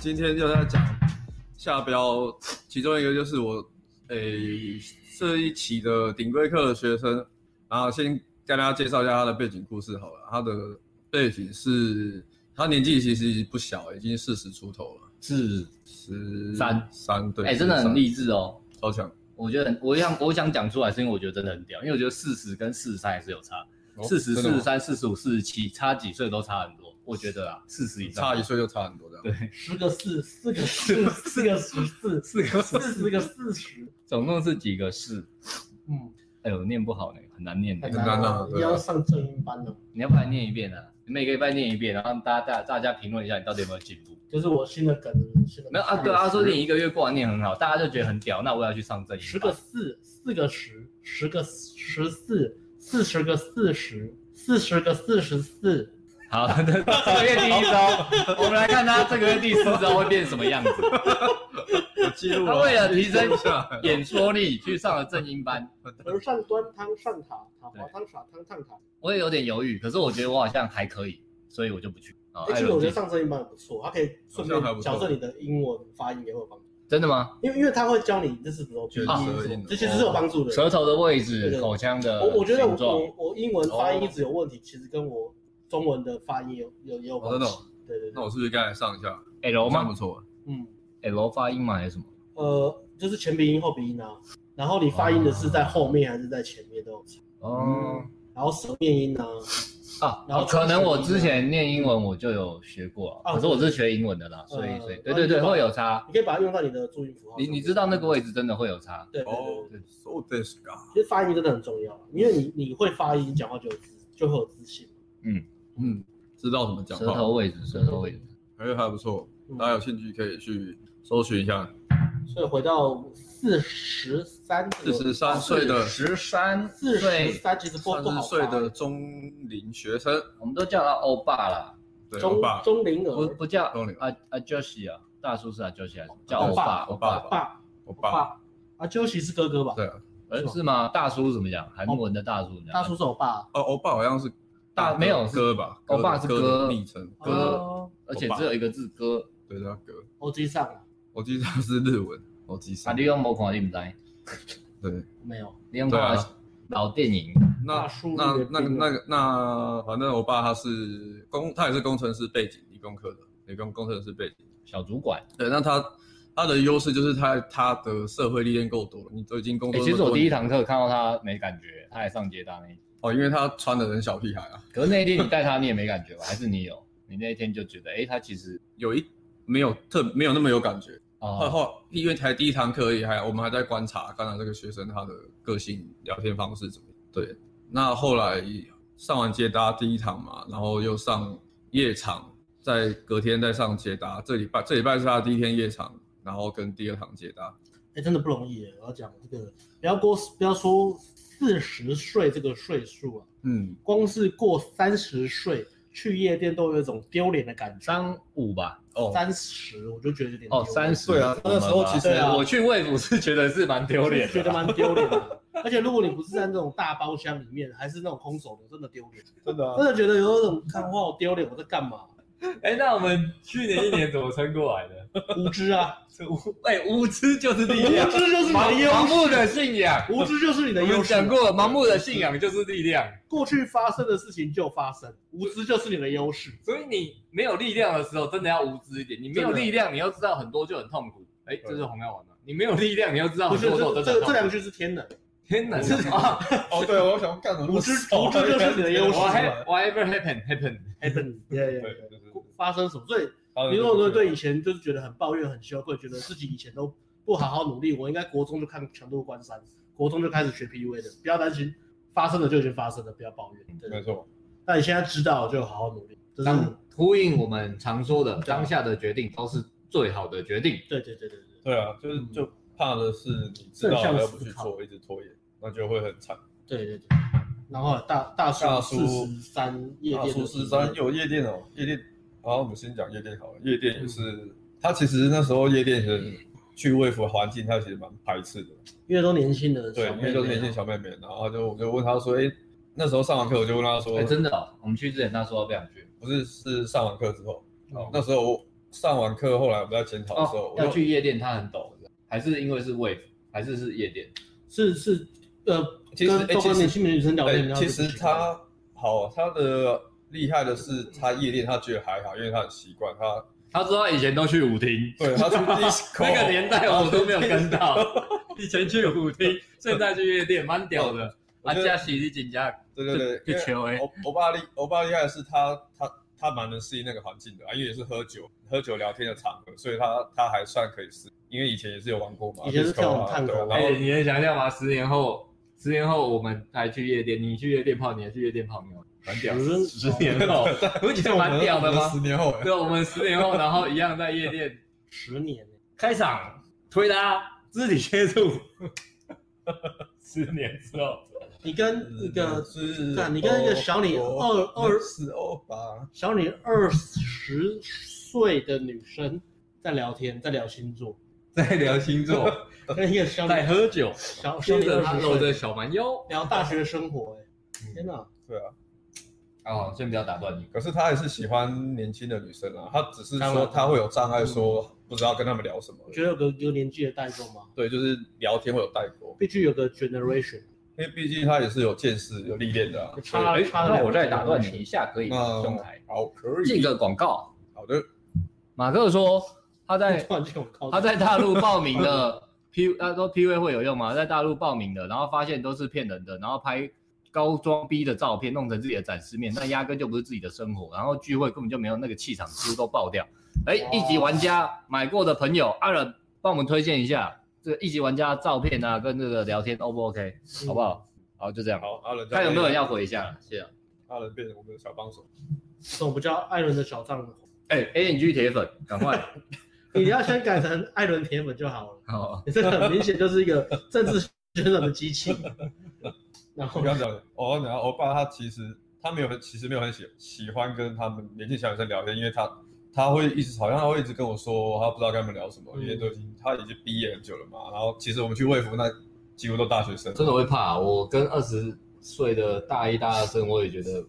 今天就是要讲下标，其中一个就是我诶、这一期的顶规课的学生，然后先跟大家介绍一下他的背景故事好了。他的背景是，他年纪其实不小，已经四十出头了，是，十三三对，哎、真的很厉励志哦。超强。我觉得很，我想我想讲出来，是因为我觉得真的很屌，因为我觉得四十跟四十三还是有差，哦四十、真四的吗十三、四十五、四十七，差几岁都差很多。我觉得啊，四十以上差一岁就差很多这样。对十个四，四个四，四个十四，四个四十个四十， 总共是几个市？嗯，哎呦，念不好呢，很难念的很。难难啊啊，对啊你要上正音班的。你要不然念一遍啊？你每个礼拜念一遍，然后大家大大家评论一下你到底有没有进步。就是我新的梗，新的没有啊？对啊，他说你一个月过完念很好，大家就觉得很屌，那我要去上正音班。十个四，四个十，十个十四，四十个四十，四十个四十四，好， 这这个月第一周，我们来看他这个月第四周会变什么样子。我记录啊了，他为啊了提升记录下来演说力去上了正音班，和尚端汤上塔，塔滑汤耍汤烫塔。我也有点犹豫，可是我觉得我好像还可以，所以我就不去。啊哎，其实我觉得上正音班很不错，它可以顺好像还不错便矫正你的英文发音也会有帮助，真的吗？因为因为他会教你这是怎么去卷音舌音什么的这其实是有帮助的。舌头的位对置、对口腔的呃我我觉得我形状我我英文发音哦一直有问题，其实跟我中文的发音有有也有哦关真系。的哦对对那对，我是不是该来上一下？ L 蛮不吗错的，嗯， ？L 发音吗？还是什么？呃，就是前鼻音后鼻音啊，然后你发音的是哦在后面还是在前面都有差，哦然后舌面音啊，啊嗯然后，嗯可能我之前念英文我就有学过啊，哦可是我是学英文的啦，所以所以嗯对对对会有差。你可以把它用到你的注音符号上你面。你知道那个位置真的会有差，对？对哦对对， ，so this 啊，其实发音真的很重要，因为你你会发音，讲话就有自就会有自信。嗯，知道怎么讲舌头话，位置，舌头位置。还有还不错，嗯大家有兴趣可以去搜寻一下。所以回到四十三， 43岁的十三四岁十，三其实不三不十好发岁的中龄学生，我们都叫他欧巴啦。对，中欧巴，中龄不儿不叫中年啊啊 Joshi 啊，大叔是啊 Joshi 还是叫欧欧巴巴欧欧巴巴？爸欧巴，爸啊，究其是哥哥吧？对啊，呃是吗是吗？大叔怎么讲？韩文的大叔怎么讲？大叔是我爸，哦，欧巴好像是大哥没有是哥吧？欧巴是哥的哥的昵称，哥哦，而且只有一个字哥。对，叫哥。我追上了我记得他是日文，我记啊，上你。用某款你不知？对，没有？你用对啊看老电影那大叔那阅兵那的那个那，反正我爸他是工，他也是工程师背景，理工科的，理工工程师背景。小主管。对，那他他的优势就是他他的社会历练够多了，你都已经工哎，作那其么实多年。我第一堂课看到他没感觉，他还上街搭那一天。哦，因为他穿的很小屁孩啊，可是那一天你带他，你也没感觉吧？还是你有？你那一天就觉得，哎，他其实有一没有特没有那么有感觉。后哦，后因为才第一堂课而已，还我们还在观察观察这个学生他的个性、聊天方式怎么样。对，那后来上完接搭第一堂嘛，然后又上夜场，在隔天再上接搭。这礼拜这礼拜是他的第一天夜场，然后跟第二堂接搭。哎，真的不容易耶。我要讲这个，不要过，不要说四十岁这个岁数啊，嗯，光是过三十岁去夜店都有一种丢脸的感觉。三五吧？哦，三十我就觉得有点哦，丢脸三十。对啊那个时候其实对啊我去魏府是觉得是蛮丢脸的啦，觉得蛮丢 脸的。而且如果你不是在那种大包厢里面，还是那种空手的，真的丢脸，真的、啊真的觉得有一种看哇，我丢脸，我在干嘛？哎、那我们去年一年怎么撑过来的？无知啊，这无哎、无知就是力无量，知就是你的盲优盲目 势，的信仰。无知就是你我的优们势。啊讲过，盲目的信仰就是力量。过去发生的事情就发生，无知就是你的优势。所以你没有力量的时候，真的要无知一点。你没有真的力量，你要知道很多就很痛苦。哎、这是红药丸吗？你没有力量，你要知啊道不很是多这时候这真的这很这痛两苦。句是 天冷，天哪，这啊哦，对，我想干什无知无知就是你的优势。哎！What whatever happened happened。对 happen，yeah, yeah, 对 yeah 对哎发生什么？所以你如果说对以前就是觉得很抱怨、很羞愧，觉得自己以前都不好好努力，我应该国中就看强度关山，国中就开始学 PUA 的，不要担心，发生了就已经发生了，不要抱怨。对没对，错，那你现在知道就好好努力，这是当呼应我们常说的，当下的决定都是最好的决定。对对对对对，对啊，就是嗯就怕的是你知道了又不去做，一直拖延，那就会很惨。对对对。然后大大大叔叔四十三夜大店叔的十啊三有夜店哦，夜店。好，我们先讲夜店好了。夜店嗯也是，他其实那时候夜店的去卫服环境，他其实蛮排斥的。因为都年轻的对小，妹因妹啊，为都是年轻小妹妹，然后他就我就问他说，哎，那时候上完课我就问他说哎哎、，真的、哦，我们去之前他说不想去，不是是上完课之后，嗯那时候我上完课后来我们在检讨的哦时候，哦我要就去夜店，他很抖，还是因为是 wave，还是是夜店？是是呃，其实跟哎都其跟实年轻女生聊天，对，然后其就实不行他好，他的厉害的是他夜店他觉得还好，因为他很习惯他，他说他以前都去舞厅，对他 去 disco 那个年代我都没有跟到，以前去舞厅，现在去夜店，蛮屌的。我啊，觉得加喜力紧加，对对对，去因为球哎，欧欧巴厉欧巴厉害的是他他他蛮能适应那个环境的啊，因为也是喝酒喝酒聊天的场合，所以他他还算可以适应，因为以前也是有玩过嘛，以前是 disco 跳舞啊探对戈然后哎，你能想象吗？十年后，十年后我们还去夜店，你去夜店泡，你还去夜店泡妞，蛮屌。有人十年后， 不觉得蛮屌的我们十吗？年后 哎对，哦我们十年后，然后一样在夜店十年欸开场推拉、肢体接触，十年之后，你跟一个是干你跟一个小你二二十欧巴，小你二十岁的女生在聊天，在聊星座， 在聊星座，哦跟一个 小在你喝酒，小小接你着他搂二十着岁小蛮腰。聊大学生活，哎，嗯天哪！对啊，哦，先不要打断你。可是他还是喜欢年轻的女生啊，他只是当说然他会有障嗯碍，说不知道跟他们聊什么我。觉得有个有年纪的代沟嘛，对，就是聊天会有代沟，必须有个 generation。因为毕竟他也是有见识、有历练的啊。差哎差那我再打断你一下，可以吗那嗯兄台好，可进以，个广告。好的，马克说他在 突然间我靠，他在大陆报名的 P，他说 P V 会有用吗？在大陆报名的，然后发现都是骗人的，然后拍高装逼的照片弄成自己的展示面，那压根就不是自己的生活，然后聚会根本就没有那个气场，几乎都爆掉。哎，哇一级玩家买过的朋友，阿仁帮我们推荐一下这个一级玩家的照片啊，跟这个聊天 O 不 OK，嗯好不？好？好，就这样，好，阿伦，看有没有人要，回一下，谢谢啊。阿伦变成我们的小帮手。怎么不叫艾伦的小丈夫？哎，A N G 铁粉，赶快，你要先改成艾伦铁粉就好了。好， 你这个很明显就是一个政治宣传的机器。然我后刚讲，哦，然后欧巴他其实他没有很，其实没有很喜喜欢跟他们年轻小女生聊天，因为他他会一直好像他会一直跟我说，他不知道跟他们聊什么，嗯因为都已经他已经毕业很久了嘛。然后其实我们去卫福那几乎都大学生，真的会怕。啊我跟二十岁的大一、大二生，我也觉得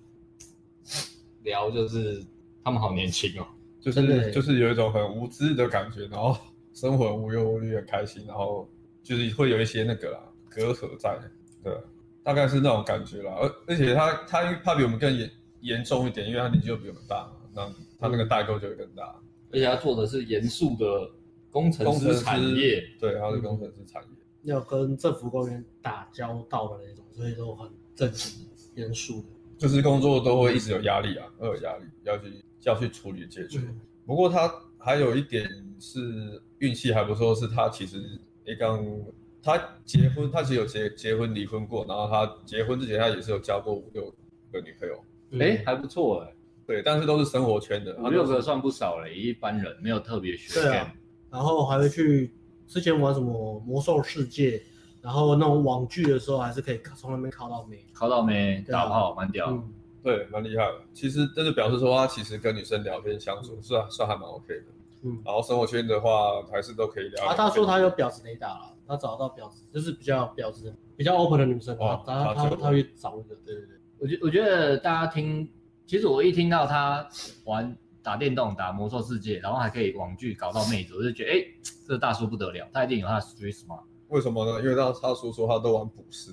聊就是他们好年轻哦。就真的是就是有一种很无知的感觉，然后生活很无忧无虑，很开心，然后就是会有一些那个啦隔阂在，对，啊大概是那种感觉啦。而而且他他他比我们更严严重一点，因为他年纪又比我们大嘛，那他那个代沟就会更大。而且他做的是严肃的工程工程师师产业， 对，他是工程师产业。要跟政府官员打交道的那种，所以都很正经严肃的。就是工作都会一直有压力啊，会有压力，要去要去处理解决。嗯不过他还有一点是运气还不错，是他其实一刚他结婚，他其实有结结婚离婚过，然后他结婚之前他也是有交过五六个女朋友，嗯哎，还不错哎，对，但是都是生活圈的，啊五六个算不少了，一般人没有特别学对啊然后还会去之前玩什么魔兽世界，然后那种网剧的时候，还是可以从那边靠到妹。考到没？对啊打炮蛮屌。嗯，哦对，蛮厉害的。啊其实这就表示说他其实跟女生聊天相处算算还蛮 OK 的，嗯然后生活圈的话还是都可以聊。啊，他说他有婊子雷达了，他找到婊子，就是比较婊子、比较 open 的女生，哦然后他他他就他会找那个，对对对，我觉我觉得大家听，其实我一听到他玩打电动、打魔兽世界，然后还可以网剧搞到妹子，我就觉得哎、这个大叔不得了，他一定有他的 street smart。为什么呢？因为他他叔说他都玩捕食，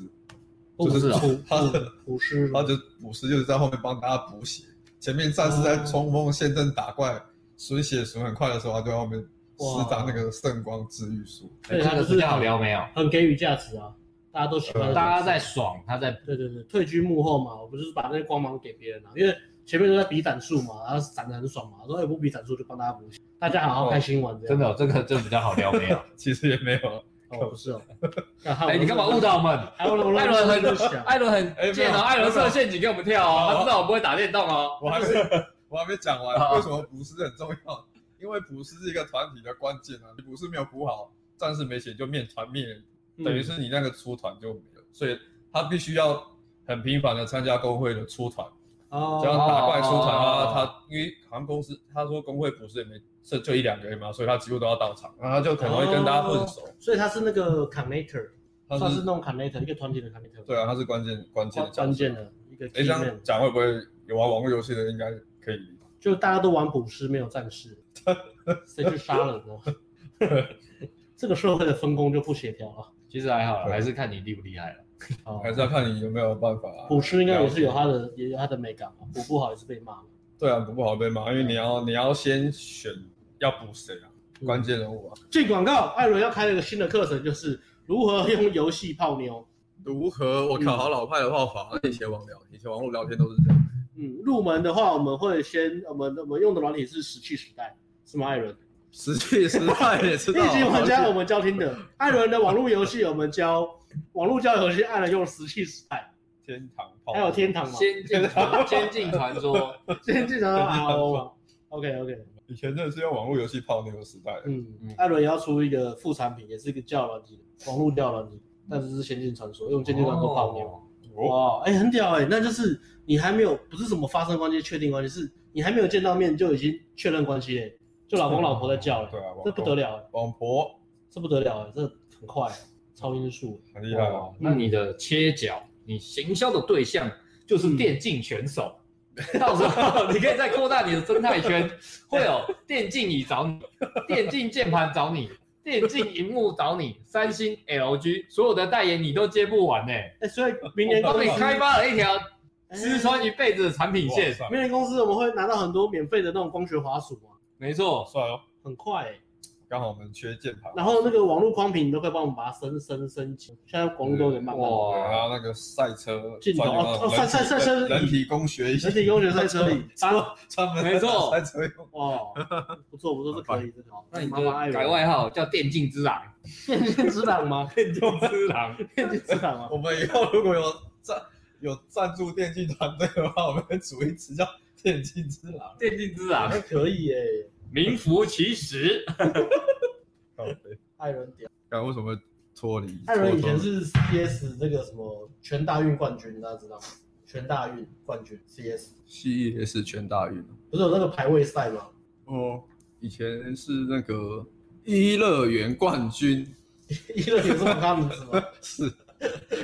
不就是哦捕他捕捕师然后就捕食就是在后面帮大家补血，前面战士在冲锋陷阵打怪，损血损很快的时候，他就在后面施展那个圣光治愈术。对哎这他个就是比较好聊没有？很给予价值啊，大家都喜欢。大家在爽，他在对对对，退居幕后嘛，我不就是把那些光芒给别人啊，因为前面都在比斩数嘛，然后闪的很爽嘛，说哎不比斩数就帮大家补血，大家好好开心玩这样。真的、哦、这个这个比较好聊没 有？其实也没有，哦，不 是哦，哎、哎你干嘛误？导我们？艾 伦艾伦很想，艾伦哎没有很贱哦，艾伦设陷阱给我们跳哦，他知道我不会打电动哦。我还没我还没讲好完，为什么捕食很重要？因为捕食是一个团体的关键啊，你捕食没有捕好，战士没血就灭团灭，嗯等于是你那个出团就没有，所以他必须要很频繁的参加工会的出团。只要哦，打怪出团哦啊，他因为航空公司他说工会不是也没剩就一两个人嘛，所以他几乎都要到场，然后他就很容易跟大家混熟。哦所以他是那个 connector，他算是是那种 connector，一个团体的 connector，对啊，他是关键关键关的角色关键。的一个哎， key 这 man，样讲会不会有玩网络游戏的应该可以理解？ 就大家都玩捕师没有战士，谁去杀人呢？ 这个社会的分工就不协调了。其实还好啦，还是看你厉不厉害了。哦还是要看你有没有办法啊捕吃应该也是有他的，也有他的美感嘛。捕不好也是被骂嘛。对啊，补不好被骂，因为你要你要先选要补谁啊，嗯关键人物啊，进广告，艾伦要开了一个新的课程，就是如何用游戏泡妞。如何？我靠，嗯好老派的泡法，以前网聊，以前网络聊天都是这样。嗯，入门的话，我们会先，我们我们用的软体是石器时代，是吗？艾伦，实际实在也知一 道。级玩家我们教听的，艾伦的网络游戏我们教网络交友游戏，艾伦用石器时代，天堂泡，还有天堂嘛，先进 传，先进传说，先进常 RO 嘛。OK OK，以前真的是用网络游戏泡妞的时代。嗯嗯，艾伦也要出一个副产品，也是一个教软体，网络教软体，但是是先进传说，用先进传说泡妞。哦，哇，哎、很屌哎、那就是你还没有不是什么发生关系、确定关系，是你还没有见到面就已经确认关系嘞、就老公老婆在叫了、对啊，这不得了，了、欸，网婆这不得了、欸，这很快、超音速、欸很厉害啊，哇哦那你的切角，你行销的对象就是电竞选手，到时候你可以再扩大你的生态 圈，会有电竞椅找你，电竞键盘找你，电竞荧幕找你，三星、LG 所有的代言你都接不完呢、哎、所以明年公帮司你开发了一条哎吃穿一辈子的产品线，哇明年公司我们会拿到很多免费的那种光学滑鼠啊，没错，帅哦，很快、欸。刚好我们缺键盘。然后那个网络光屏，你都可以帮我们把它升升升级，现在网络都有点慢慢。哇然后那个赛车镜头专用哦那种哦赛赛赛车人体人体工学椅，人体工学赛车 里，啊，专门没错赛车用。哦，不错不错，这可以，这个好。那你麻烦艾就伦改外号叫电竞之狼，电竞之狼 吗？电竞之狼，电竞之狼吗？我们以后如果有赞有赞助电竞团队的话，我们组一支叫电竞之狼。电竞之狼还，哎可以耶、名副其实。靠北艾伦 屌。干为什么会脱离？艾伦以前脱是 CS 那个什么全大运冠军，大家知道吗？全大运冠军 CS 脱 CES 全大运啊不是有那个排位赛吗？ 哦，以前是那个一乐园冠军，一乐园是网咖名字 吗？是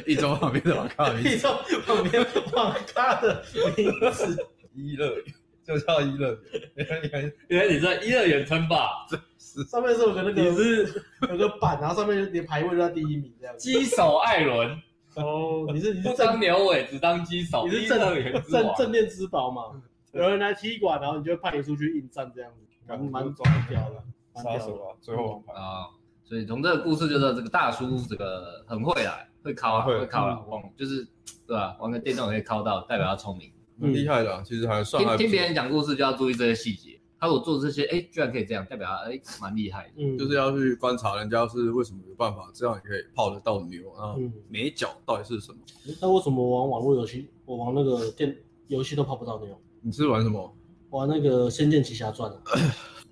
一周旁边的网咖名一字，种旁边网咖的名字，一乐园就叫一乐 园，因为原来你在一二元称霸，是上面是有个那你个是有个板，然后上面就连排位都在第一名这样子。鸡手艾伦，哦，你是你 不是当正牛尾只当鸡手，你是一二元之正王。正面之宝嗯嘛？有人来踢馆，然后你就会派你出去应战这样子，蛮蛮蛮屌的，蛮杀屌的手。啊，最后王牌。啊、所以从这个故事就知道，这个大叔这个很会啦，会考啊，会会考啦，嗯网就是对吧、玩个电动也可以考到，代表他聪明。蛮厉害的啊，其实还算听还不听错嗯别人讲故事就要注意这些细节。他如果做这些，哎、居然可以这样，代表他哎蛮厉害的。嗯，就是要去观察人家是为什么有办法这样也可以泡得到牛，然后嗯。美角到底是什么？那为什么玩网络游戏，我玩那个电游戏都泡不到妞？你是玩什么？玩那个《仙剑奇侠传》啊， 《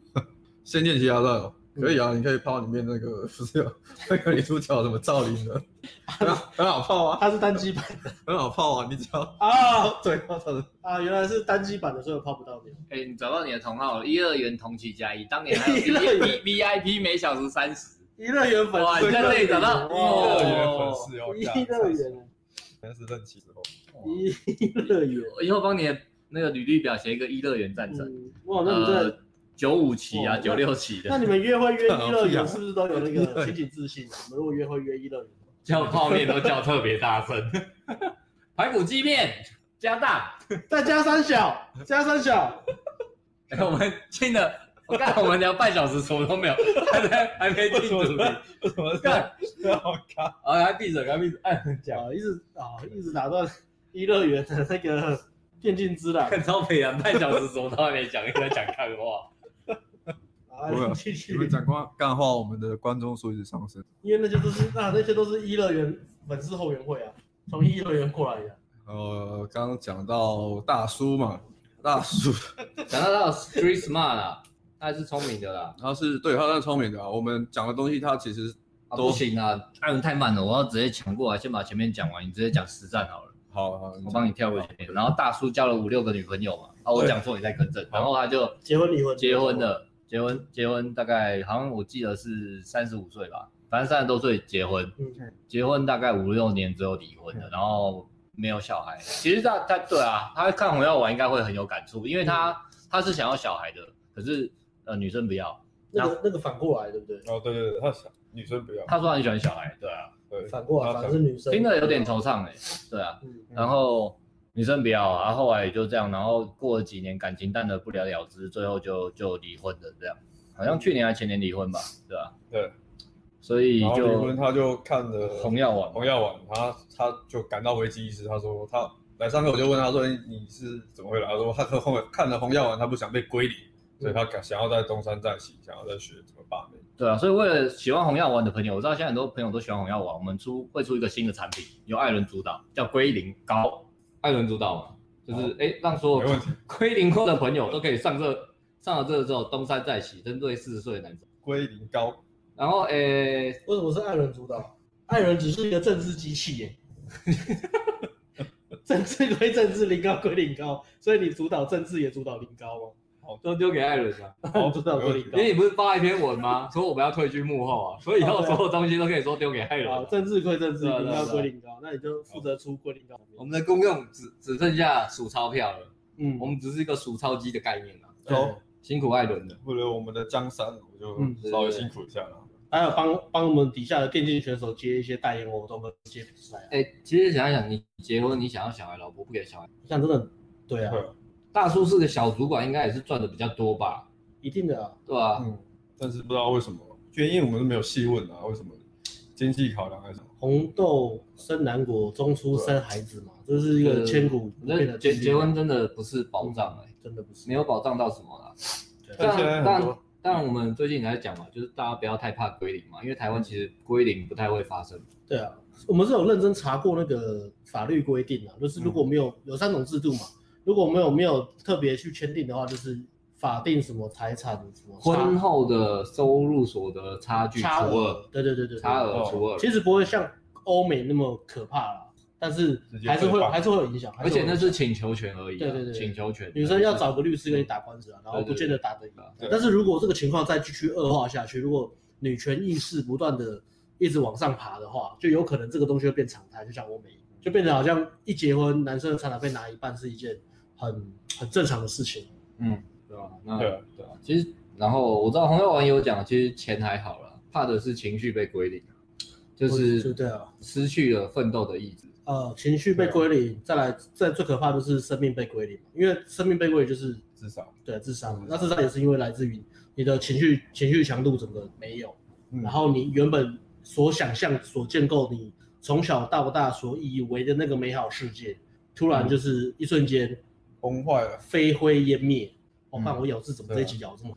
仙剑奇侠传》哦，嗯可以啊，你可以泡里面那个不是有 那个女主角什么赵灵 的，很好很好泡啊，它是单机版的很好泡啊，你只要啊对到他的啊，原来是单机版的，所以我泡不到妞。哎、你找到你的同号了，一二元同期加一，当哎 年 还有一二元 V V I P 每小时三十，一乐园粉哇丝，你在这里找到一乐园哦粉丝哦，一乐园，真哦是任其时候。一乐园，啊我以后帮你的那个履历表写一个一乐园战神，嗯，哇，那你呃这，九五期啊，哦九六期 的那你们约会约一乐园，是不是都有那个情景自信啊？我们如果约会约一乐园，叫泡面都叫特别大声，排骨鸡面加大。再加三小，加三小，哎，我们进了，我看我们聊半小时，什么都没有，还在还没进主题。为什么这样干，好看？啊，还闭嘴，还闭嘴，哎，讲，啊，一直啊，一直打断一乐园的那个电竞之狼，看超肥啊，半小时什么都还没讲，一直在讲干话。啊，不会啊继续你。们讲光干话，我们的观众数一直上升，因为那些都是那、那些都是一乐园粉丝后援会啊，从一乐园过来的。呃，刚刚讲到大叔嘛，大叔讲到到 street smart 啦，他还是聪明的啦。他是对他算聪明的啊，我们讲的东西他其实 啊，都不行啊，艾伦太慢了，我要直接抢过来，先把前面讲完，你直接讲实战好了，好好，我帮你跳过前面。然后大叔交了五六个女朋友嘛，啊，我讲错你再更正，然后他就结婚离婚，结婚。了，结婚结婚大概好像我记得是三十五岁吧，反正三十多岁结婚，嗯，结婚大概五六年之后离婚嗯的，然后没有小孩。其实他嗯他对啊，他看红药丸应该会很有感触，因为他他是想要小孩的，可是呃，女生不要。那个那个反过来，对不对？哦，对对对，他想女生不要，他说他很喜欢小孩，对啊，对，反过来，他反想正是女生听得有点惆怅哎、对啊。嗯，然后女生不要，啊然后后来也就这样，然后过了几年感情淡的不了了之，最后就就离婚了，这样，好像去年还前年离婚吧，对吧、对，所以然后离就婚，他就看了红药丸嘛，红药丸，他他就感到危机意识，他说他来上课，我就问他说哎你是怎么会来？他说他看红看了红药丸，他不想被归零，所以他敢想要在东山再起，想要再学怎么把妹。对啊，所以为了喜欢红药丸的朋友，我知道现在很多朋友都喜欢红药丸，我们出会出一个新的产品，由艾伦主导，叫龟苓膏，艾伦主导嘛，就是哎、让所没有问题，归零后的朋友都可以上这上了这之后东山再起，针对四十岁的男生。归零高，然后诶、为什么是艾伦主导？艾伦只是一个政治机器耶。 政治归政治，零高归零高，所以你主导政治也主导零高都丢给艾伦啊，好，吗？主导没问归题零因为你不是发了一篇文吗？说我们要退居幕后啊，所哦以以后所有东西都可以说丢给艾高，好，伦。政治归政治，对啊零高对啊归零高，那你就负责出归零高。我们的功用只只剩下数钞票了，嗯我们只是一个数钞机的概念啊，对好，辛苦艾伦了。为了我们的江山，我嗯就稍微辛苦一下了。还有帮帮我们底下的电竞选手接一些代言活动跟接比赛啊，哎、其实想一想，你结婚，你想要小孩，老婆不给小孩，像真的很对啊，对，大叔是个小主管，应该也是赚的比较多吧？一定的啊，对吧、嗯，但是不知道为什么，原因我们都没有细问啊，为什么经济考量还是什么？红豆生南国，中出生孩子嘛，这是一个千古不我觉变得的呃结真理结婚真的不是保障哎、真的不是啊没有保障到什么啦。但现在但很但多但我们最近来讲嘛，就是大家不要太怕归零嘛，因为台湾其实归零不太会发生。对啊，我们是有认真查过那个法律规定啊，就是如果没有、嗯有三种制度嘛，如果没有没有特别去签订的话，就是法定什么财产什么差婚后的收入所得差距除差二，，对对对对，对差额除二，其实不会像欧美那么可怕啦，但是直接还是会被绑还是会有影响，而且那还是请求权而已啊。对对对对请求权。女生要找个律师跟你打官司啊，然后不见得打得赢。对但是如果这个情况再继续恶化下去，如果女权意识不断的一直往上爬的话，就有可能这个东西会变常态，就像欧美，就变成好像一结婚，男生的财产被拿一半是一件很很正常的事情。对吧？那对啊对啊，其实然后我知道红药丸有讲，其实钱还好了，怕的是情绪被归零啊，就对是对啊，失去了奋斗的意志。呃，情绪被归零，再来，再最可怕的是生命被归零，因为生命被归零就是至少，对自杀嘛嗯，那自杀也是因为来自于你的情绪情绪强度整个没有，嗯然后你原本所想象、所建构你从小到大所以为的那个美好世界，突嗯然就是一瞬间崩坏了，飞灰烟灭。我、看、嗯我咬字怎么这一集咬这么？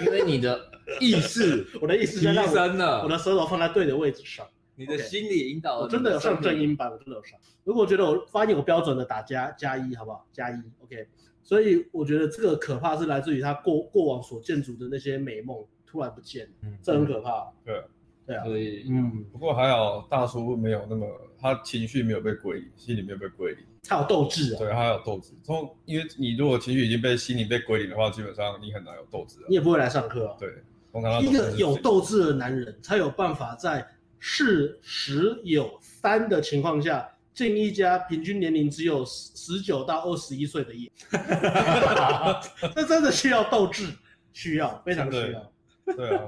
因为你的意识我 的意思提是让我升啊我了，的舌头放在对的位置上。你的心理引导我了你哦真的有上正生命音版，我真的有上。如果觉得我发音有标准的，打加加一，好不好？加一，OK。所以我觉得这个可怕是来自于他过过往所建筑的那些美梦突然不见了，这很可怕。对，对啊，所以嗯，不过还好大叔没有那么，他情绪没有被归零，心里没有被归零，他有斗志啊，对，他有斗志。从因为你如果情绪已经被心理被归零的话，基本上你很难有斗志了你。也不会来上课啊。对，通常他一个有斗志志的男人才有办法在事实有三的情况下，进一家平均年龄只有十九到二十一岁的夜， 这真的需要斗志，需要非常需真要的，是自己，对啊。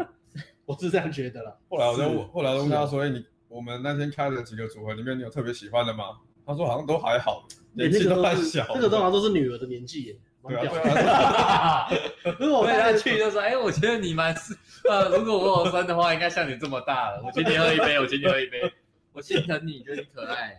我是这样觉得了。后 来我就问后来我问啊他说：“哎，你我们那天开的几个组合里面，你有特别喜欢的吗？”他说：“好像都还好，欸年那纪个都都还是小。”那个通常都是女儿的年纪耶，蛮对啊屌对的。 啊，嗯如果我对带他她 去就说，哎、我觉得你蛮适……呃，如果我有生的话，应该像你这么大了。我请你喝一杯，我请你喝一杯，我心疼你，觉得你可爱。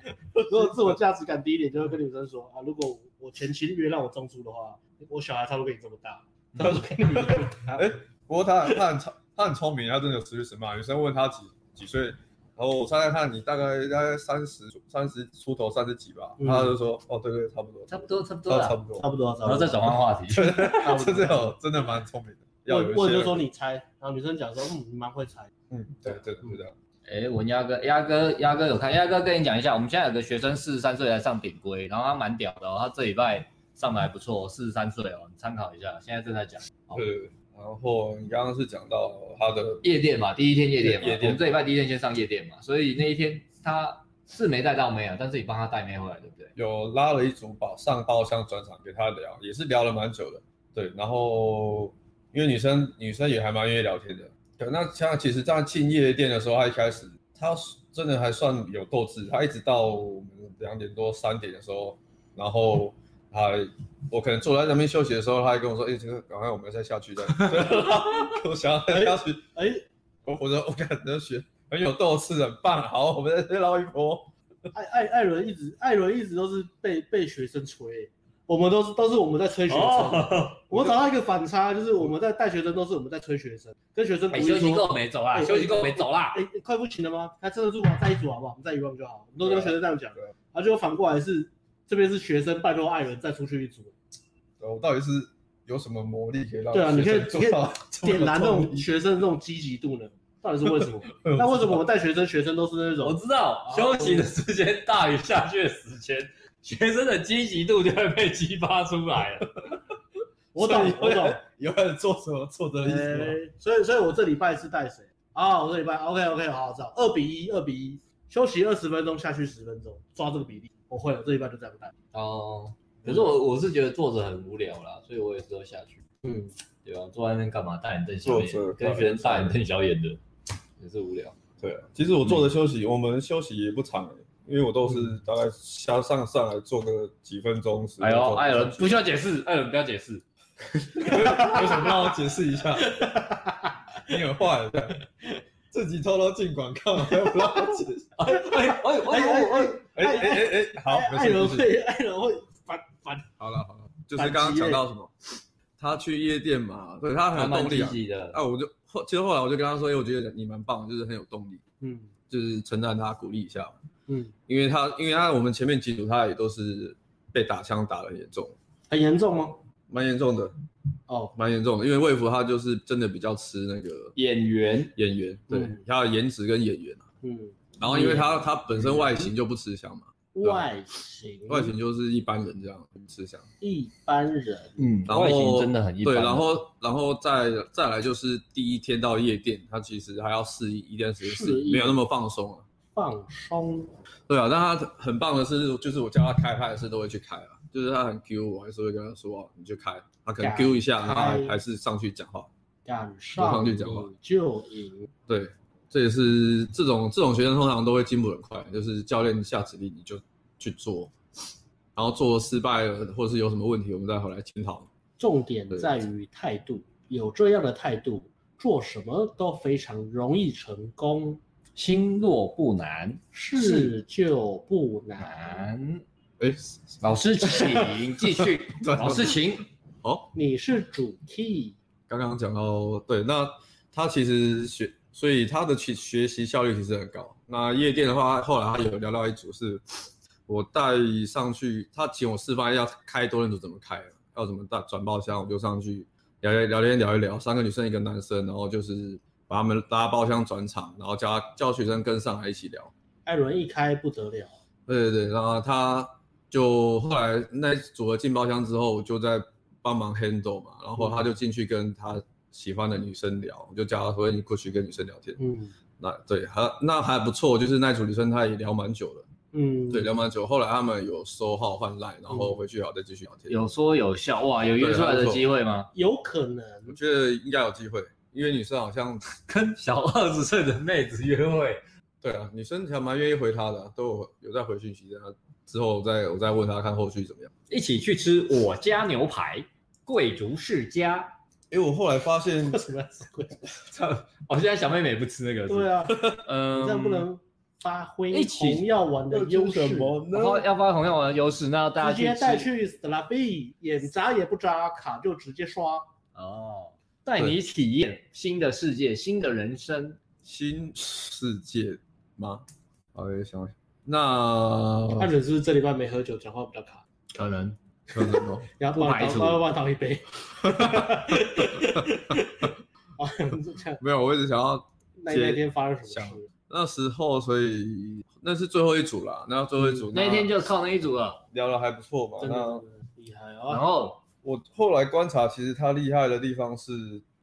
如果自我价值感低一点，就会跟女生说啊，如果我前妻越让我中出的话，我小孩差不多跟你这么大。他说跟你这么大，不过他他很聪他很聪明，他真的有持续神马。女生问他几几岁，然后我猜猜看，你大概大概三十三十出头，三十几吧。嗯他就说：“哦，对对，差不多，差不多，差不多他差了。不多。”差不多，啊然差后不再多。转换哦话 题，差不多 真的有，真的蛮聪明的。要有问一问些就说你猜，然后女生讲说嗯，你蛮会猜。嗯，对，对，对，对，哎、文鸭哥，鸭哥，鸭哥有看，鸭哥跟你讲一下，我们现在有个学生四十三岁来上顶规，然后他蛮屌的哦，他这礼拜上的还不错，四十三岁哦，你参考一下，现在正在讲对对对。然后你刚刚是讲到他的，夜店嘛，第一天夜店嘛，夜店我们这礼拜第一天先上夜店嘛，所以那一天他是没带到妹啊，但是你帮他带妹回来，对不对？有拉了一组宝上包厢转场给他聊，也是聊了蛮久的。对，然后因为女生女生也还蛮愿意聊天的。对，那像其实在进夜店的时候，她一开始她真的还算有斗志，她一直到我们两点多三点的时候，然后她我可能坐在那边休息的时候，她还跟我说：“哎、这个赶快我们再下去再。” 我想要再下去，哎，我我说我感觉学很有斗志，很棒，好，我们再再捞一波。艾艾艾伦一直艾伦一直都是被被学生吹，我们都是都是我们在吹学生。哦，我找到一个反差，就是我们在带学生都是我们在吹学生，跟学生鼓哎，励休息够说，没走啦？哎休息够没走啦？哎、快不行了吗？还撑得住吗？再一组好不好？我们再一万就好。我们都跟学生这样讲对啊，然后结果反过来是这边是学生拜托艾伦再出去一组，我到底是有什么魔力可以让对啊你可以学生做到这么有点燃那动种力学生的这种积极度呢？到底是为什么？那为什么 我们带学生，学生都是那种我啊知道，休息的时间大于下去的时间，学生的积极度就会被激发出来了。 我懂我懂？有人做什么做的意思吗？欸所以，所以我这礼拜是带谁啊？我这礼拜 OK OK，好好找，二比一，二比一，休息二十分钟，下去十分钟，抓这个比例，我会了，这礼拜就这样带。哦，可是我我是觉得坐着很无聊啦，所以我也是要下去，嗯，对吧、坐在那边干嘛？大眼瞪小坐着眼，跟学生大眼瞪小眼的，也是无聊。对啊，其实我坐着休息，我们休息也不长、欸，因为我都是大概下上上来坐个几分钟。十分哎钟呦，艾伦不需要解释，艾伦不要解释。为什么不让我解释一下？你很坏，这样自己偷偷进广告，还不让我解释？哎哎哎哎哎哎！哎，哎哎哎哎，好，没艾事伦没事。会，艾伦会反反，好了好了，就是刚刚讲到什么，他去夜店嘛，对他很还有蛮动力积啊。极的，啊，我就后其实后来我就跟他说，哎、我觉得你蛮棒，就是很有动力，嗯就是称赞他，鼓励一下。嗯，因为他因为他我们前面几组他也都是被打枪打得很严重，很严重吗？蛮严重的，哦，蛮严重的。因为魏福他就是真的比较吃那个演员演员，对，嗯他的颜值跟演员啊。嗯，然后因为他他本身外形就不吃香嘛，外形外形就是一般人这样不吃香。一般人，嗯然后外形真的很一般。啊对，然后然后再再来就是第一天到夜店，他其实还要适应一段时间，适适应应没有那么放松啊。放松，对啊，但他很棒的是，就是我叫他开派的事都会去开啊，就是他很 Q，我还是会跟他说、啊、你去开，他可能 Q 一下，开然后还还是上去讲话。赶上上去讲话你就赢，对，这也是这种这种学生通常都会进步很快，就是教练下指令你就去做，然后做失败了或是有什么问题，我们再回来检讨。重点在于态度，有这样的态度，做什么都非常容易成功。心若不难，是就不难。难。哎，老师，请继 续。对老师，请。哦，你是主 key，刚刚讲到对，那他其实学，所以他的学学习效率其实很高。那夜店的话，后来他有聊到一组是，我带上去，他请我示范要开多人组怎么开，啊要怎么大转包厢，我就上去聊聊聊天聊一聊，三个女生一个男生，然后就是把他们拉包厢转场，然后叫他叫学生跟上来一起聊。艾伦一开不得了，对对对，然后他就后来那组合进包厢之后，我就在帮忙 handle 嘛，然后他就进去跟他喜欢的女生聊，我就叫他说哎你过去跟女生聊天。嗯那对，还那还不错，就是那组女生她也聊蛮久了，嗯，对，聊蛮久。后来他们有收号换 line，然后回去好再继续聊天。有说有笑，哇，有约出来的机会吗？有可我 能觉得应该有机会，因为女生好像跟小二十岁的妹子约会，对啊，女生还蛮愿意回他的啊、都有有在回讯息的啊。之后我再我再问他看后续怎么样。一起去吃我家牛排，贵族世家。因为我后来发现为什么要吃亏？哦，现在小妹妹不吃那个，是不对是，啊，嗯，这样不。能发挥一起红药丸的优势，然后要发红药丸的优势，那要大直接家带去吃去 s l a b 眼眨也不眨，卡就直接刷。哦，带你体验新的世界、新的人生。新世界吗？好，也想想，那艾伦是不是这礼拜没喝酒，讲话比较卡？可能可能哦，然后帮我不排除倒，帮我倒一 杯。 啊，就这样，没有，我一直想要那那天发生什么想事？那时候，所以那是最后一组啦。那最后一组、嗯那一天就靠那一组了。聊的还不错嘛。真那的厉害然啊！后我后来观察，其实他厉害的地方是，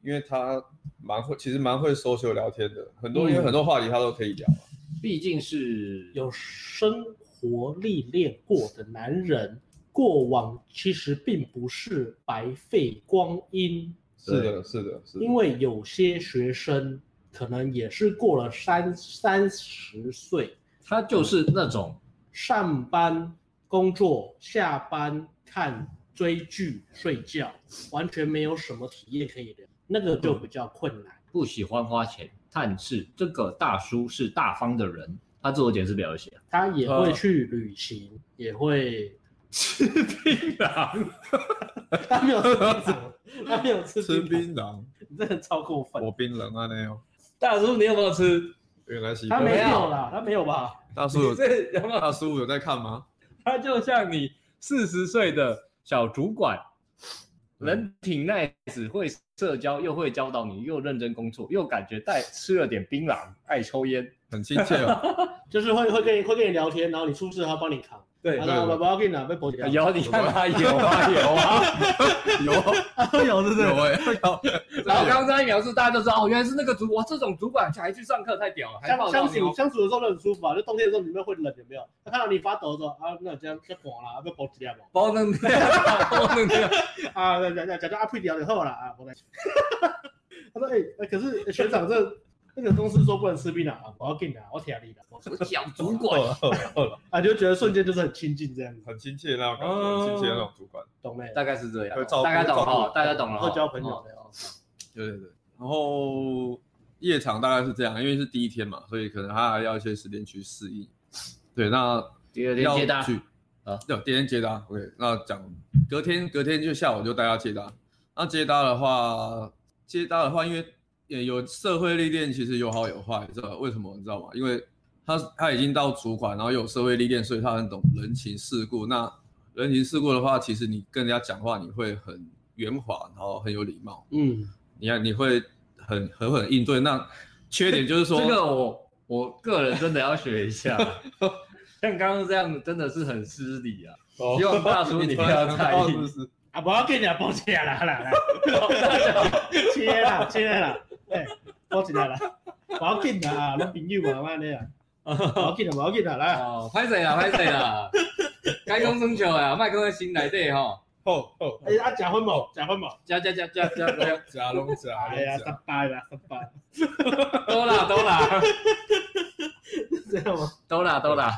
因为他蛮会，其实蛮会 social 聊天的，很多、因为很多话题他都可以聊、啊。毕竟是有生活历练过的男人，过往其实并不是白费光阴。是的，是的，是的因。为有些学生可能也是过了三三十岁，他就是那种上班工作，下班看追剧、睡觉，完全没有什么体验可以聊，那个就比较困难。不喜欢花钱，但是这个大叔是大方的人，他自我解释表有写，他也会呃去旅行，也会，吃槟榔， 他没有吃槟榔，他没有吃吃槟槟榔，榔，你真的超过分。我槟榔啊那样。大叔，你有没有吃？原来是他没有有啦，他没有吧？大叔你有这有没有？大叔有在看吗？他就像你四十岁的小主管，人挺 nice，会社交，又会教导你，又认真工作，又感觉带吃了点槟榔，爱抽烟，很亲切 哦。就是会会跟你会跟你聊天，然后你出事他帮你扛。对好了，我不要跟你拿被脖子掉。有你看他有啊有啊，有有是有哎，然后刚刚一描述，大家都知道哦，原来是那个主哇，这种主管还去上课，太屌了，还相报相道你处哦。相处的时候都很舒服啊，就冬天的时候你们会冷有没有？他看到你发抖的时候啊，那这样就寒啦，被脖子掉嘛。包能量，包能量，啊，那那那讲到阿佩聊以后啦啊，我来。 他说哎、欸，可是、欸学长这那个公司说不能吃槟榔啊，我要给你拿，我舔你的。我我讲主管，哦啊，你就觉得瞬间就是很亲近这样子，很亲切那种感觉，很亲切那种主管。懂没？大概是这样会，照顾大概懂了照顾哦，大家懂了哦，会交朋友的哦。对对对。然后夜场大概是这样，因为是第一天嘛，所以可能他还要一些时间去适应。对，那第二天要接单，去啊对，第一天接搭。OK，那讲隔天，隔天就下午就带他接搭。那接搭的话，接搭的话，因为也有社会历练，其实有好有坏，知道为什么？你知道吗？因为他他已经到主管，然后有社会历练，所以他很懂人情世故。那人情世故的话，其实你跟人家讲话，你会很圆滑，然后很有礼貌，嗯，你看你会很狠狠应对。那缺点就是说，这个我我个人真的要学一下，像刚刚这样真的是很失礼啊。哦希望大叔你不要在意。啊，不要给你拿包起来啦，啦啦， 切啦切啦，哎，包起来啦，不要紧啦，啊拢朋友嘛，妈的啊，不要紧啦，不要紧啦，来，哦，拍谁啦，拍谁啊啦，开工生球呀，啊麦克风新来对吼，哦哦，哎，啊，假婚某，假婚某，加加加加加，加假龙假哎呀，龙失假，败啦，失败，都啦都啦 这样吗？都啦都啦，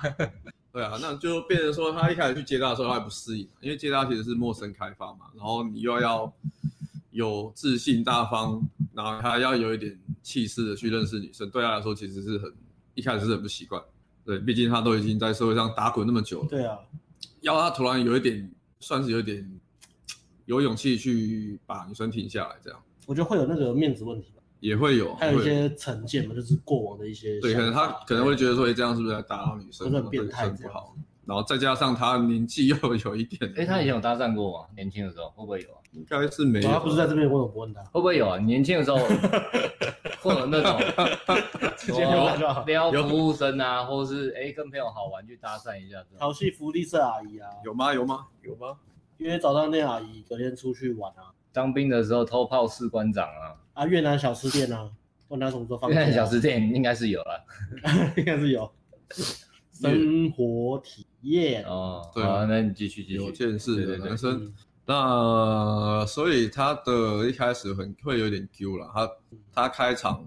对啊，那就变成说他一开始去接搭的时候，他还不适应，因为接搭其实是陌生开发嘛，然后你又 要有自信大方，然后他要有一点气势的去认识女生，对他来说其实是很一开始是很不习惯，对，毕竟他都已经在社会上打滚那么久了，对啊，要他突然有一点算是有一点有勇气去把女生停下来，这样我觉得会有那个面子问题吧，也会有，还有一会些成见嘛，就是过往的一些想对，法，可能他可能会觉得说，哎诶这样是不是在打扰女生，或者很变态对女生这不样好，然后再加上他年纪又有一点，哎、他以前有搭讪过吗？年轻的时候会不会有啊？应该是没对，有。他不是在这边，我怎么不问他？会不会有啊？年轻的时 候会有那种直接问他就好。哦撩服务生啊，或是哎、跟朋友好玩去搭讪一下这种。调戏福利社阿姨啊，有吗？有吗？有吗？约早上店阿姨，隔天出去玩啊，当兵的时候偷泡士官长啊，啊，越南小吃店啊，问他什么时候放越假啊南小吃店应该是有了。 应该是有。生活体验，哦，对啊好，那你继续继有续。见识的对对对男生，嗯那所以他的一开始很会有点 Q 了，他他开场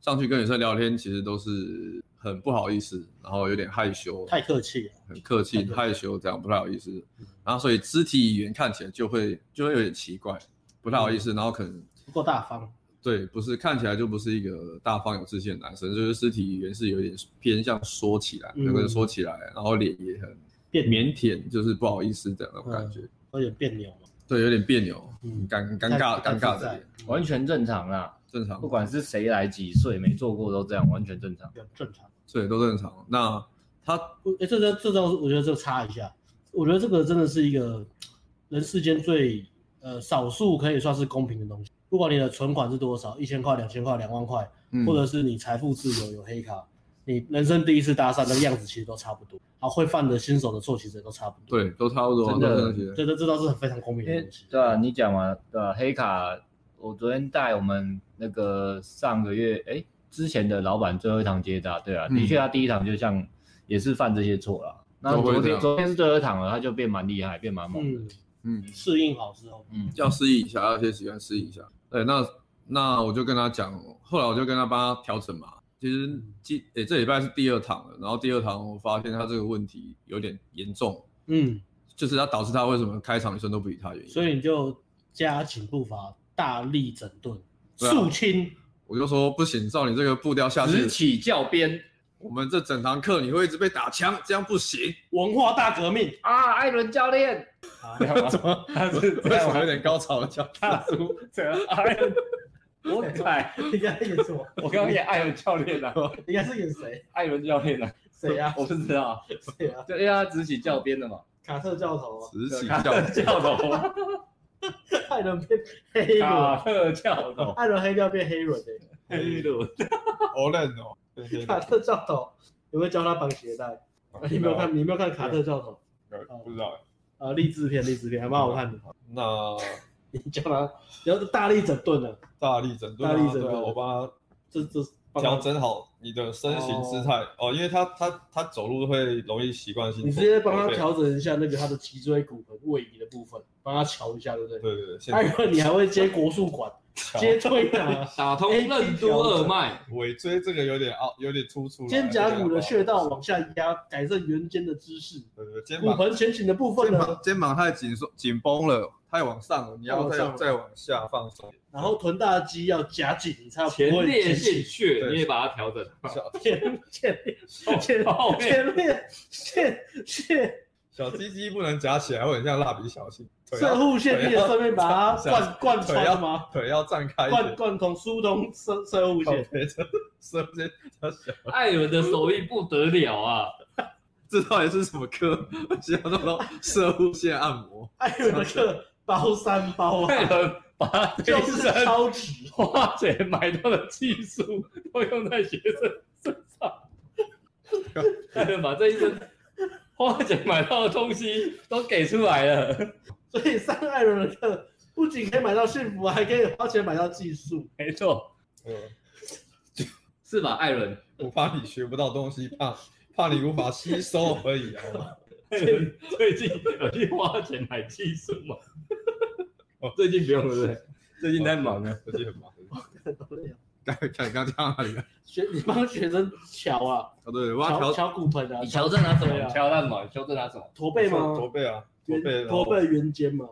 上去跟女生聊天，其实都是很不好意思，然后有点害羞，太客气了。很客气、太害羞，这样不太好意思。然后所以肢体语言看起来就会就会有点奇怪，不太好意思，然后可能不够大方，对，不是看起来就不是一个大方有自信的男生，就是肢体语言是有点偏向缩起来，嗯有个人缩起来，然后脸也很别扭，腼腆，就是不好意思的那种感觉，有点别扭嘛。对，有点别扭，嗯，尴尴尬太尴尬的，太脸，自在嗯完全正常啦，正常不，管是谁来几岁没做过都这样，完全正常。很正常。对，都正常。那他我哎，这张这张，我觉得这个插一下，我觉得这个真的是一个人世间最呃少数可以算是公平的东西。不管你的存款是多少，一千块、两千块、两万块，嗯或者是你财富自由有黑卡，你人生第一次搭讪那个样子其实都差不多，啊，会犯的新手的错其实也都差不多。对，都差不多，真都的正常。对，这这倒是很非常公平因的为东西。对啊，你讲嘛，对啊，黑卡，我昨天带我们那个上个月哎之前的老板最后一堂接搭，对啊，嗯的确他第一堂就像也是犯这些错啦。那都会这昨天样昨天是最后一堂了，他就变蛮厉害，变蛮猛的。嗯，嗯，适应好之后，嗯，要适应一下，要先习惯适应一下。对，那那我就跟他讲，后来我就跟他帮他调整嘛。其实今诶、这礼拜是第二堂了，然后第二堂我发现他这个问题有点严重，嗯，就是他导致他为什么开场女生都不理他的原因。所以你就加紧步伐，大力整顿，对啊肃清。我就说不行，照你这个步调下直去，起教鞭我们这整堂课你会一直被打枪，这样不行。文化大革命， 啊，艾伦教练，啊这样吗他是 这为什样么有吗？点高潮了？叫 大叔，这样艾伦，我改，应该演什么？我刚刚演艾伦教练了，应该是 演谁？艾伦教练了，谁啊？我不知道，谁啊？对呀，直起教鞭的嘛，卡特教头啊，直起卡叫特教头，艾伦变黑人，卡特教头，艾伦黑掉变黑人欸啊黑路，哦认哦，卡特教头有没有教他绑鞋带？你有没有看？你有没有看卡特教头？不知道。呃，励志片，励志片还蛮好看的。那你教他，你要大力整顿了，大力整顿啊，大力整顿对啊我帮这这他调。整好你的身形姿态哦，因为他他他走路会容易习惯性你驼直背。接帮他调整一下那个他的脊椎骨盆位移的部分，帮他瞧一下，对不对？对对对，现艾在伦，你还会接国术馆，接推拿，打通哎任督二脉，尾椎这个有点凹，有点突出啦。肩胛骨的穴道有点凹往下压，改善圆肩的姿势。对对对，肩骨膀盆前倾的部分肩呢，膀肩膀太紧缩紧绷了，太往上了，你要太往上再再了往下放松。然后臀大肌要夹紧，你哎才前不会列前腺倾。穴对你也把它调整，小前前列前哦后面前列腺腺小鸡鸡不能夹起来，会很像蜡笔小新。腿射啊要护腺壁的上面把它贯贯腿要穿吗？腿要绽开一贯点，哦贯通疏通射射护腺。别着是不是？要小艾伦的手艺不得 了啊，这到底是什么科？想到都射护线按摩， 艾伦的课包三包艾啊，伦把他这就一是生超级。花钱买到哎的技术都用在学生身 上，艾伦把这一身花钱买到的东西都给出来了，所以上艾伦的课不仅可以买到幸福，还可以花钱买到技术。没错，嗯是吧，艾伦？我怕你学不到东西，怕怕你无法吸收而已啊。 艾伦最近有去花钱买技术吗？最近不用了，对不对？最近在忙啊，最近很忙， 刚刚刚讲哪里了？学你帮学生瞧啊，哦，对，我要瞧调瞧骨盆啊你，调整他什对么？啊调他什么？修正他什么？驼背吗？驼背啊，驼背，驼背圆肩嘛，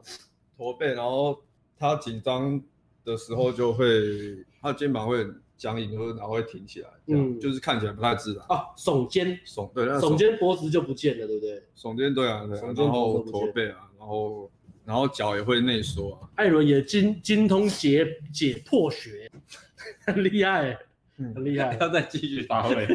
驼背，然后他紧张的时候就会，他肩膀会很僵硬，然后会挺起来，这样嗯就是看起来不太自然。啊，耸肩，呃耸对，那耸肩脖子就不见了，对不对？耸肩对啊，对啊耸肩然后头都不驼见背啊，然后然后脚也会内缩啊。艾伦也精精通解解破学，很厉害，嗯很厉害。要再继续发挥。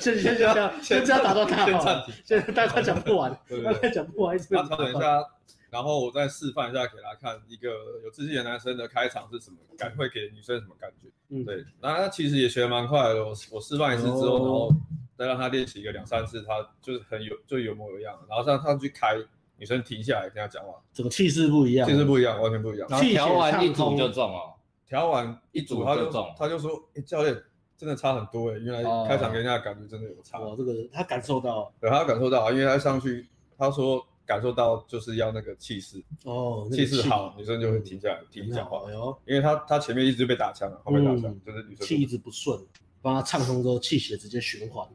先先这样，先这样打断他先好了暂，停，现在大家讲不完，对大家对 对。讲不完，一直被那打调整一断。下，然后我再示范一下给他看，一个有自信的男生的开场是什么感，会给女生什么感觉。嗯对，那他其实也学得蛮快的。我我示范一次之后，然后再让他练习一个两三次，他就是很有就有模有样。然后让他去开，女生停下来跟他讲话，整个气势不一样其。实不一样，完全不一样。然后调完一组就中哦，调完一组，他一组就就中他就说：“哎、教练，真的差很多哎、原哦来开场给人家的感觉真的有差。哦哇，这个他感受到对，他感受到啊，因为他上去，他说感受到就是要那个气势，哦，那气个嗯势好，女生就会停下来听你讲话哎。呦，因为他他前面一直被打枪了，啊后面打枪、嗯就是女生气一直不顺，帮他畅通之后，气血直接循环。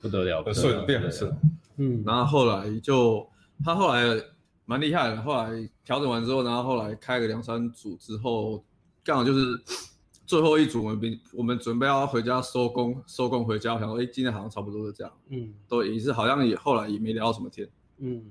不得了，很呃啊顺，变很顺。。嗯，然后后来就他后来蛮厉害的，后来调整完之后，然后后来开个两三组之后，刚好就是最后一组，我们比我们准备要回家收工， 收工回家，我想说，哎，今天好像差不多就这样，嗯都也是好像也后来也没聊到什么天，嗯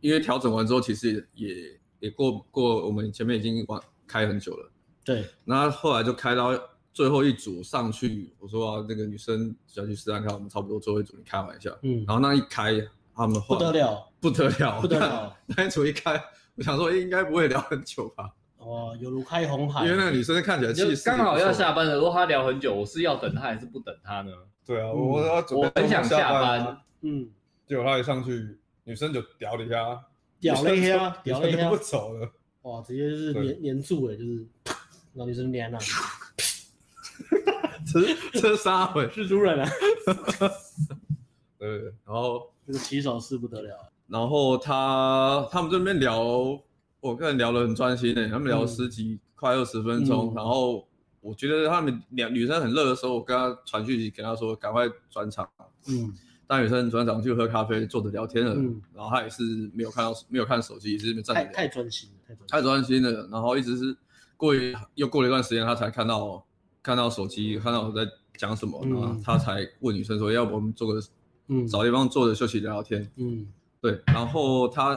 因为调整完之后，其实也也过过我们前面已经玩开很久了，对，那后来就开到最后一组上去，我说啊，那个女生想去试探看，我们差不多最后一组，你开玩笑，嗯，然后那一开，他们不后来得了，不得了，不得了， 那一组一开，我想说应该不会聊很久吧，哇，哦有如开红海因。为那个女生看起来就气势刚好要 也下班了，如果他聊很久，我是要等他还是不等他呢？对啊，嗯我要准备我很想下下班班啊，嗯，结果他一上去，女生就屌了一下，啊屌了一下，啊女屌了生一就下不，走了。哇，直接就是粘粘住哎，就是，那女生粘了，不错这这杀回，是主人啊，对对然后这个起手式不得了。然后他他们这边聊我跟人聊得很专心的、他们聊了十几、快二十分钟，嗯然后我觉得他们两女生很热的时候，我跟她传讯息给她说赶快转场，嗯大女生转场去喝咖啡，坐着聊天了，嗯然后她也是没有看到没有看手机，也是站着太聊。太专心了，太专心了。太专心了，然后一直是过一又过了一段时间，他才看到看到手机，看到我在讲什么，嗯然后他才问女生说，要不我们做个嗯找地方坐着休息聊聊天。嗯对，然后他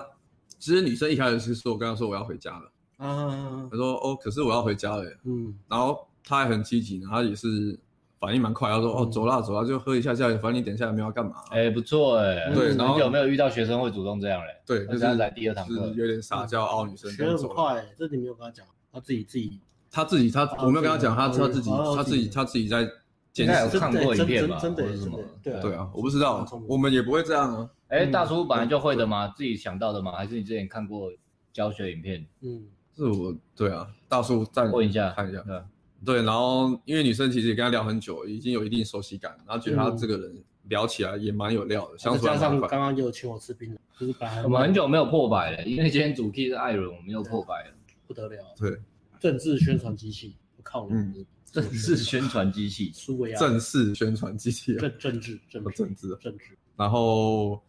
其实女生一开始是说，我跟她说我要回家了，啊她说哦，可是我要回家了耶，嗯然后她还很积极，然后她也是反应蛮快，她说哦嗯走啦走啦，就喝一下下，反正你等一下也没有要干嘛，哎，不错哎，对很然后久没有遇到学生会主动这样嘞，对，就那是这样才第二堂课就是有点撒娇傲女生，学这样得走很了快、这你没有跟他讲，啊他自己自己他自己，他哦我没有跟他讲，他自己他自己，哦他自自己己，他自己在应坚该有持。看过影片吧，真的或者真的什么真的，对对啊，我不知道很聪，明我们也不会这样啊。哎，嗯大叔本来就会的吗？自己想到的吗？还是你之前看过教学影片？嗯是我对啊，大叔站问一下看一下。对啊对，然后因为女生其实也跟他聊很久，已经有一定熟悉感，然后觉得他这个人聊起来也蛮有料嗯的，相处加还上蛮刚快。刚也有请我吃槟榔，就是本来我们很久没有破百了，因为今天主 key 是艾伦，我们又破百了。不得了，对，政治宣传机器，我靠你，嗯正式宣传机器，苏维亚正式宣传机器人，啊政政治政治哦政治政治，然后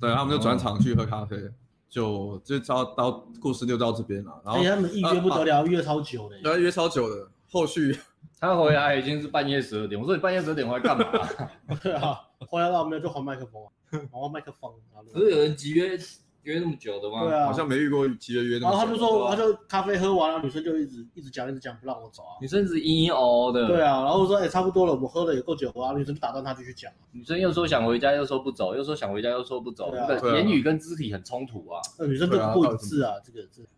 对他们就转场去喝咖啡，就就到到故事就到这边了。然后哎，他们一约不得了，约超久的，然后约超久的，后续他回来已经是半夜十二点。我说你半夜十二点回来干嘛？ 对 啊，后来到没有就还麦克风啊，还麦克风，然后不是有人集约约那么久的吗？对啊，好像没遇过急着约那然么啊后他久就说，他就咖啡喝完了，女生就一直一直讲一直讲不让我走啊，女生是一哦的，对啊，然后我说哎差不多了，我们喝了也够久啊，女生就打断他继续讲，啊女生又说想回家，又说不走，又说想回家，又说不走，对啊那个对啊言语跟肢体很冲突啊。那女生这对个啊不到一底怎么致啊，这个这个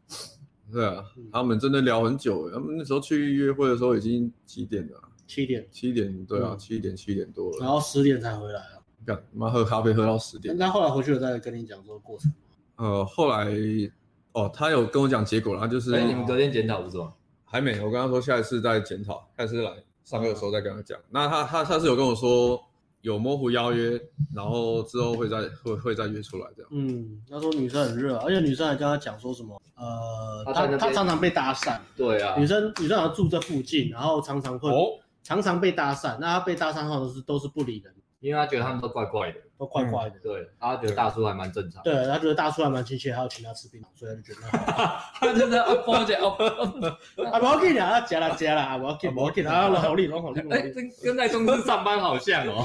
对啊嗯，他们真的聊很久欸。他们那时候去约会的时候已经几点了啊？七点，七点，对啊，嗯七点七点多然了。后十点才回来啊。干妈喝咖啡喝到十点但。他后来回去有再跟你讲这个过程。呃，后来哦，他有跟我讲结果啦，就是哎所以你们隔天检讨不是吗？还没。我跟他说下一次再检讨，下次来上课的时候再跟他讲。那他他他是有跟我说有模糊邀约，然后之后会再会会再约出来这样。嗯，那时候女生很热啊，而且女生还跟他讲说什么，呃，她她在那边她常常被搭讪，对啊，女生女生好像住这附近，然后常常会、哦，常常被搭讪，那她被搭讪后都是都是不理人，因为他觉得他们都怪怪的，都怪怪的。对，他觉得大叔还蛮正常。对，她觉得大叔还蛮亲切，还有请他吃槟榔，所以她就觉得那好他 真的哦，波姐 哦，啊，不要紧啦，啊加啦加啦，啊不要紧，不要紧啊，龙好利，龙好利，龙好哎，利。跟跟在公司上班好像哦。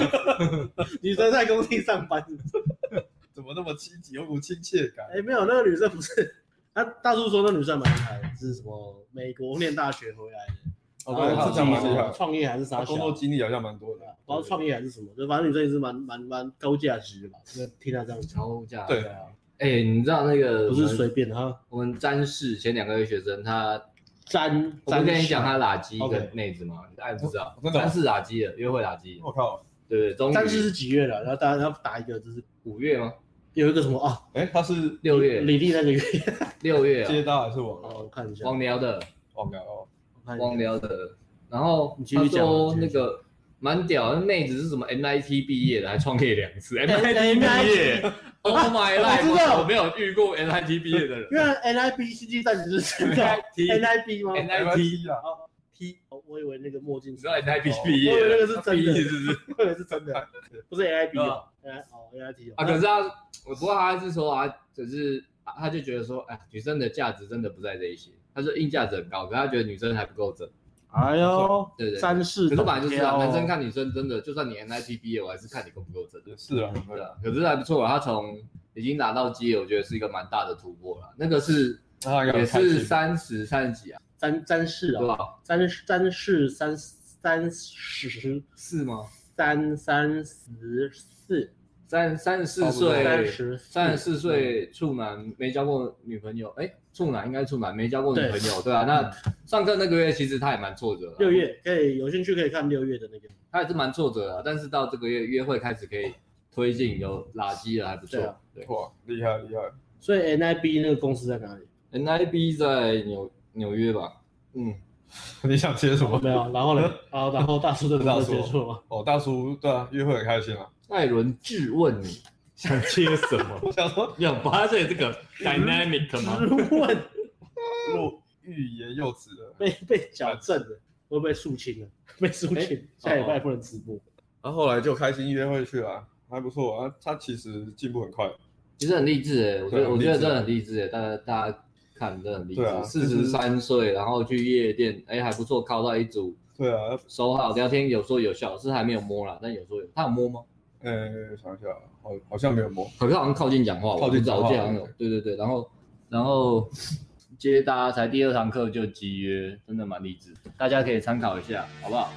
女生在工地上班，是不是怎么那么积极，有股亲切感？哎，没有，那个女生不是，啊，大叔说那女生还蛮厉害的，是什么美国念大学回来的，哦，然对，后他自这样己蛮什厉么害。创业还是他啥小工作的。经历好像蛮多的，不知道创业还是什么，就反正女生也是蛮蛮蛮高价值的吧。这个听他这样讲，超价对啊，哎，你知道那个不我是们随便的哈。我们詹氏前两个月学生，他詹我不詹跟你讲氏他垃圾 OK 跟妹子吗？你爱不知道哦，真的哦詹氏垃圾了，约会垃圾了，我靠，对对，终于詹哦氏是几月了？然后大家要打一个，就是五月吗？有一个什么啊，哎，他是六月，李丽那个月。六月接啊，单还是网哦，聊？我看一下，网聊的，网聊哦，我看一下网聊的，然后嗯你继他续讲说你那继续讲个蛮屌，那妹子是什么 MIT 毕业的，还创业两次 MIT ，MIT 毕业，Oh my 啊 life，我知道我没有遇过 MIT 毕业的人因为 NIB 世界战只是，MIT， NIB 吗 NIT 啊，哦，T，哦我以为那个墨镜你是，知道 MIT 哦毕业我以为那的，个是真的嗯毕业是不是？我以为是真 的，不是 NIB 哦，N- 哦 NIT 哦啊啊，可是他，我不过他是说啊，只是啊他就觉得说，哎，女生的价值真的不在这一些。他说硬价值很高，可是他觉得女生还不够正。哎呦，对对对詹氏可是本来就是懂啊，挑哦男生看女生真的，就算你 NIT 毕业，我还是看你够不够正。也是啊，对啊，可是还不错啊，他从已经拿到基，我觉得是一个蛮大的突破了。那个是那应该也很开是心三十三十几啊，詹詹氏对哦，吧？詹詹氏三三十是吗？三三十四，三三十四差不多岁，三十嗯三十四岁处男没交过女朋友，哎，处男应该处男没交过女朋友，对啊。那上课那个月其实他也蛮挫折的，啊六月可以有兴趣可以看六月的那个，他也是蛮挫折的啊，但是到这个月约会开始可以推进有垃圾了，还不错对啊。对哇，厉害厉害， 所以 NIB 那个公司在哪里？ ，NIB 在纽纽约吧，嗯，你想接什哦么？没 有，然后呢？啊，然后大叔的大故叔事结束了吗？哦，大叔，对啊，约会很开心啊。艾伦质问你，想接什么？我想说，要八岁这个 dynamic 吗？直问，入欲言又止了。被被矫正了，会不会肃清了？被肃哎清，下哦礼拜不能直播。然后后来就开心约会去了，还不错啊。他其实进步很快，其实很励志哎，我觉对得很我励志觉得真的很励志哎，大家大家看真的很励对啊志，四十就是三岁然后去夜店，哎还不错，靠到一组对啊，手好聊天，有说有笑，是还没有摸啦，但有说有，他有摸吗？呃，想一下，好，好像没有摸。可是好像靠近讲话，靠近讲话我不知道我记得好像有，对对对，然后然后接搭才第二堂课就集约，真的蛮励志，大家可以参考一下，好不好？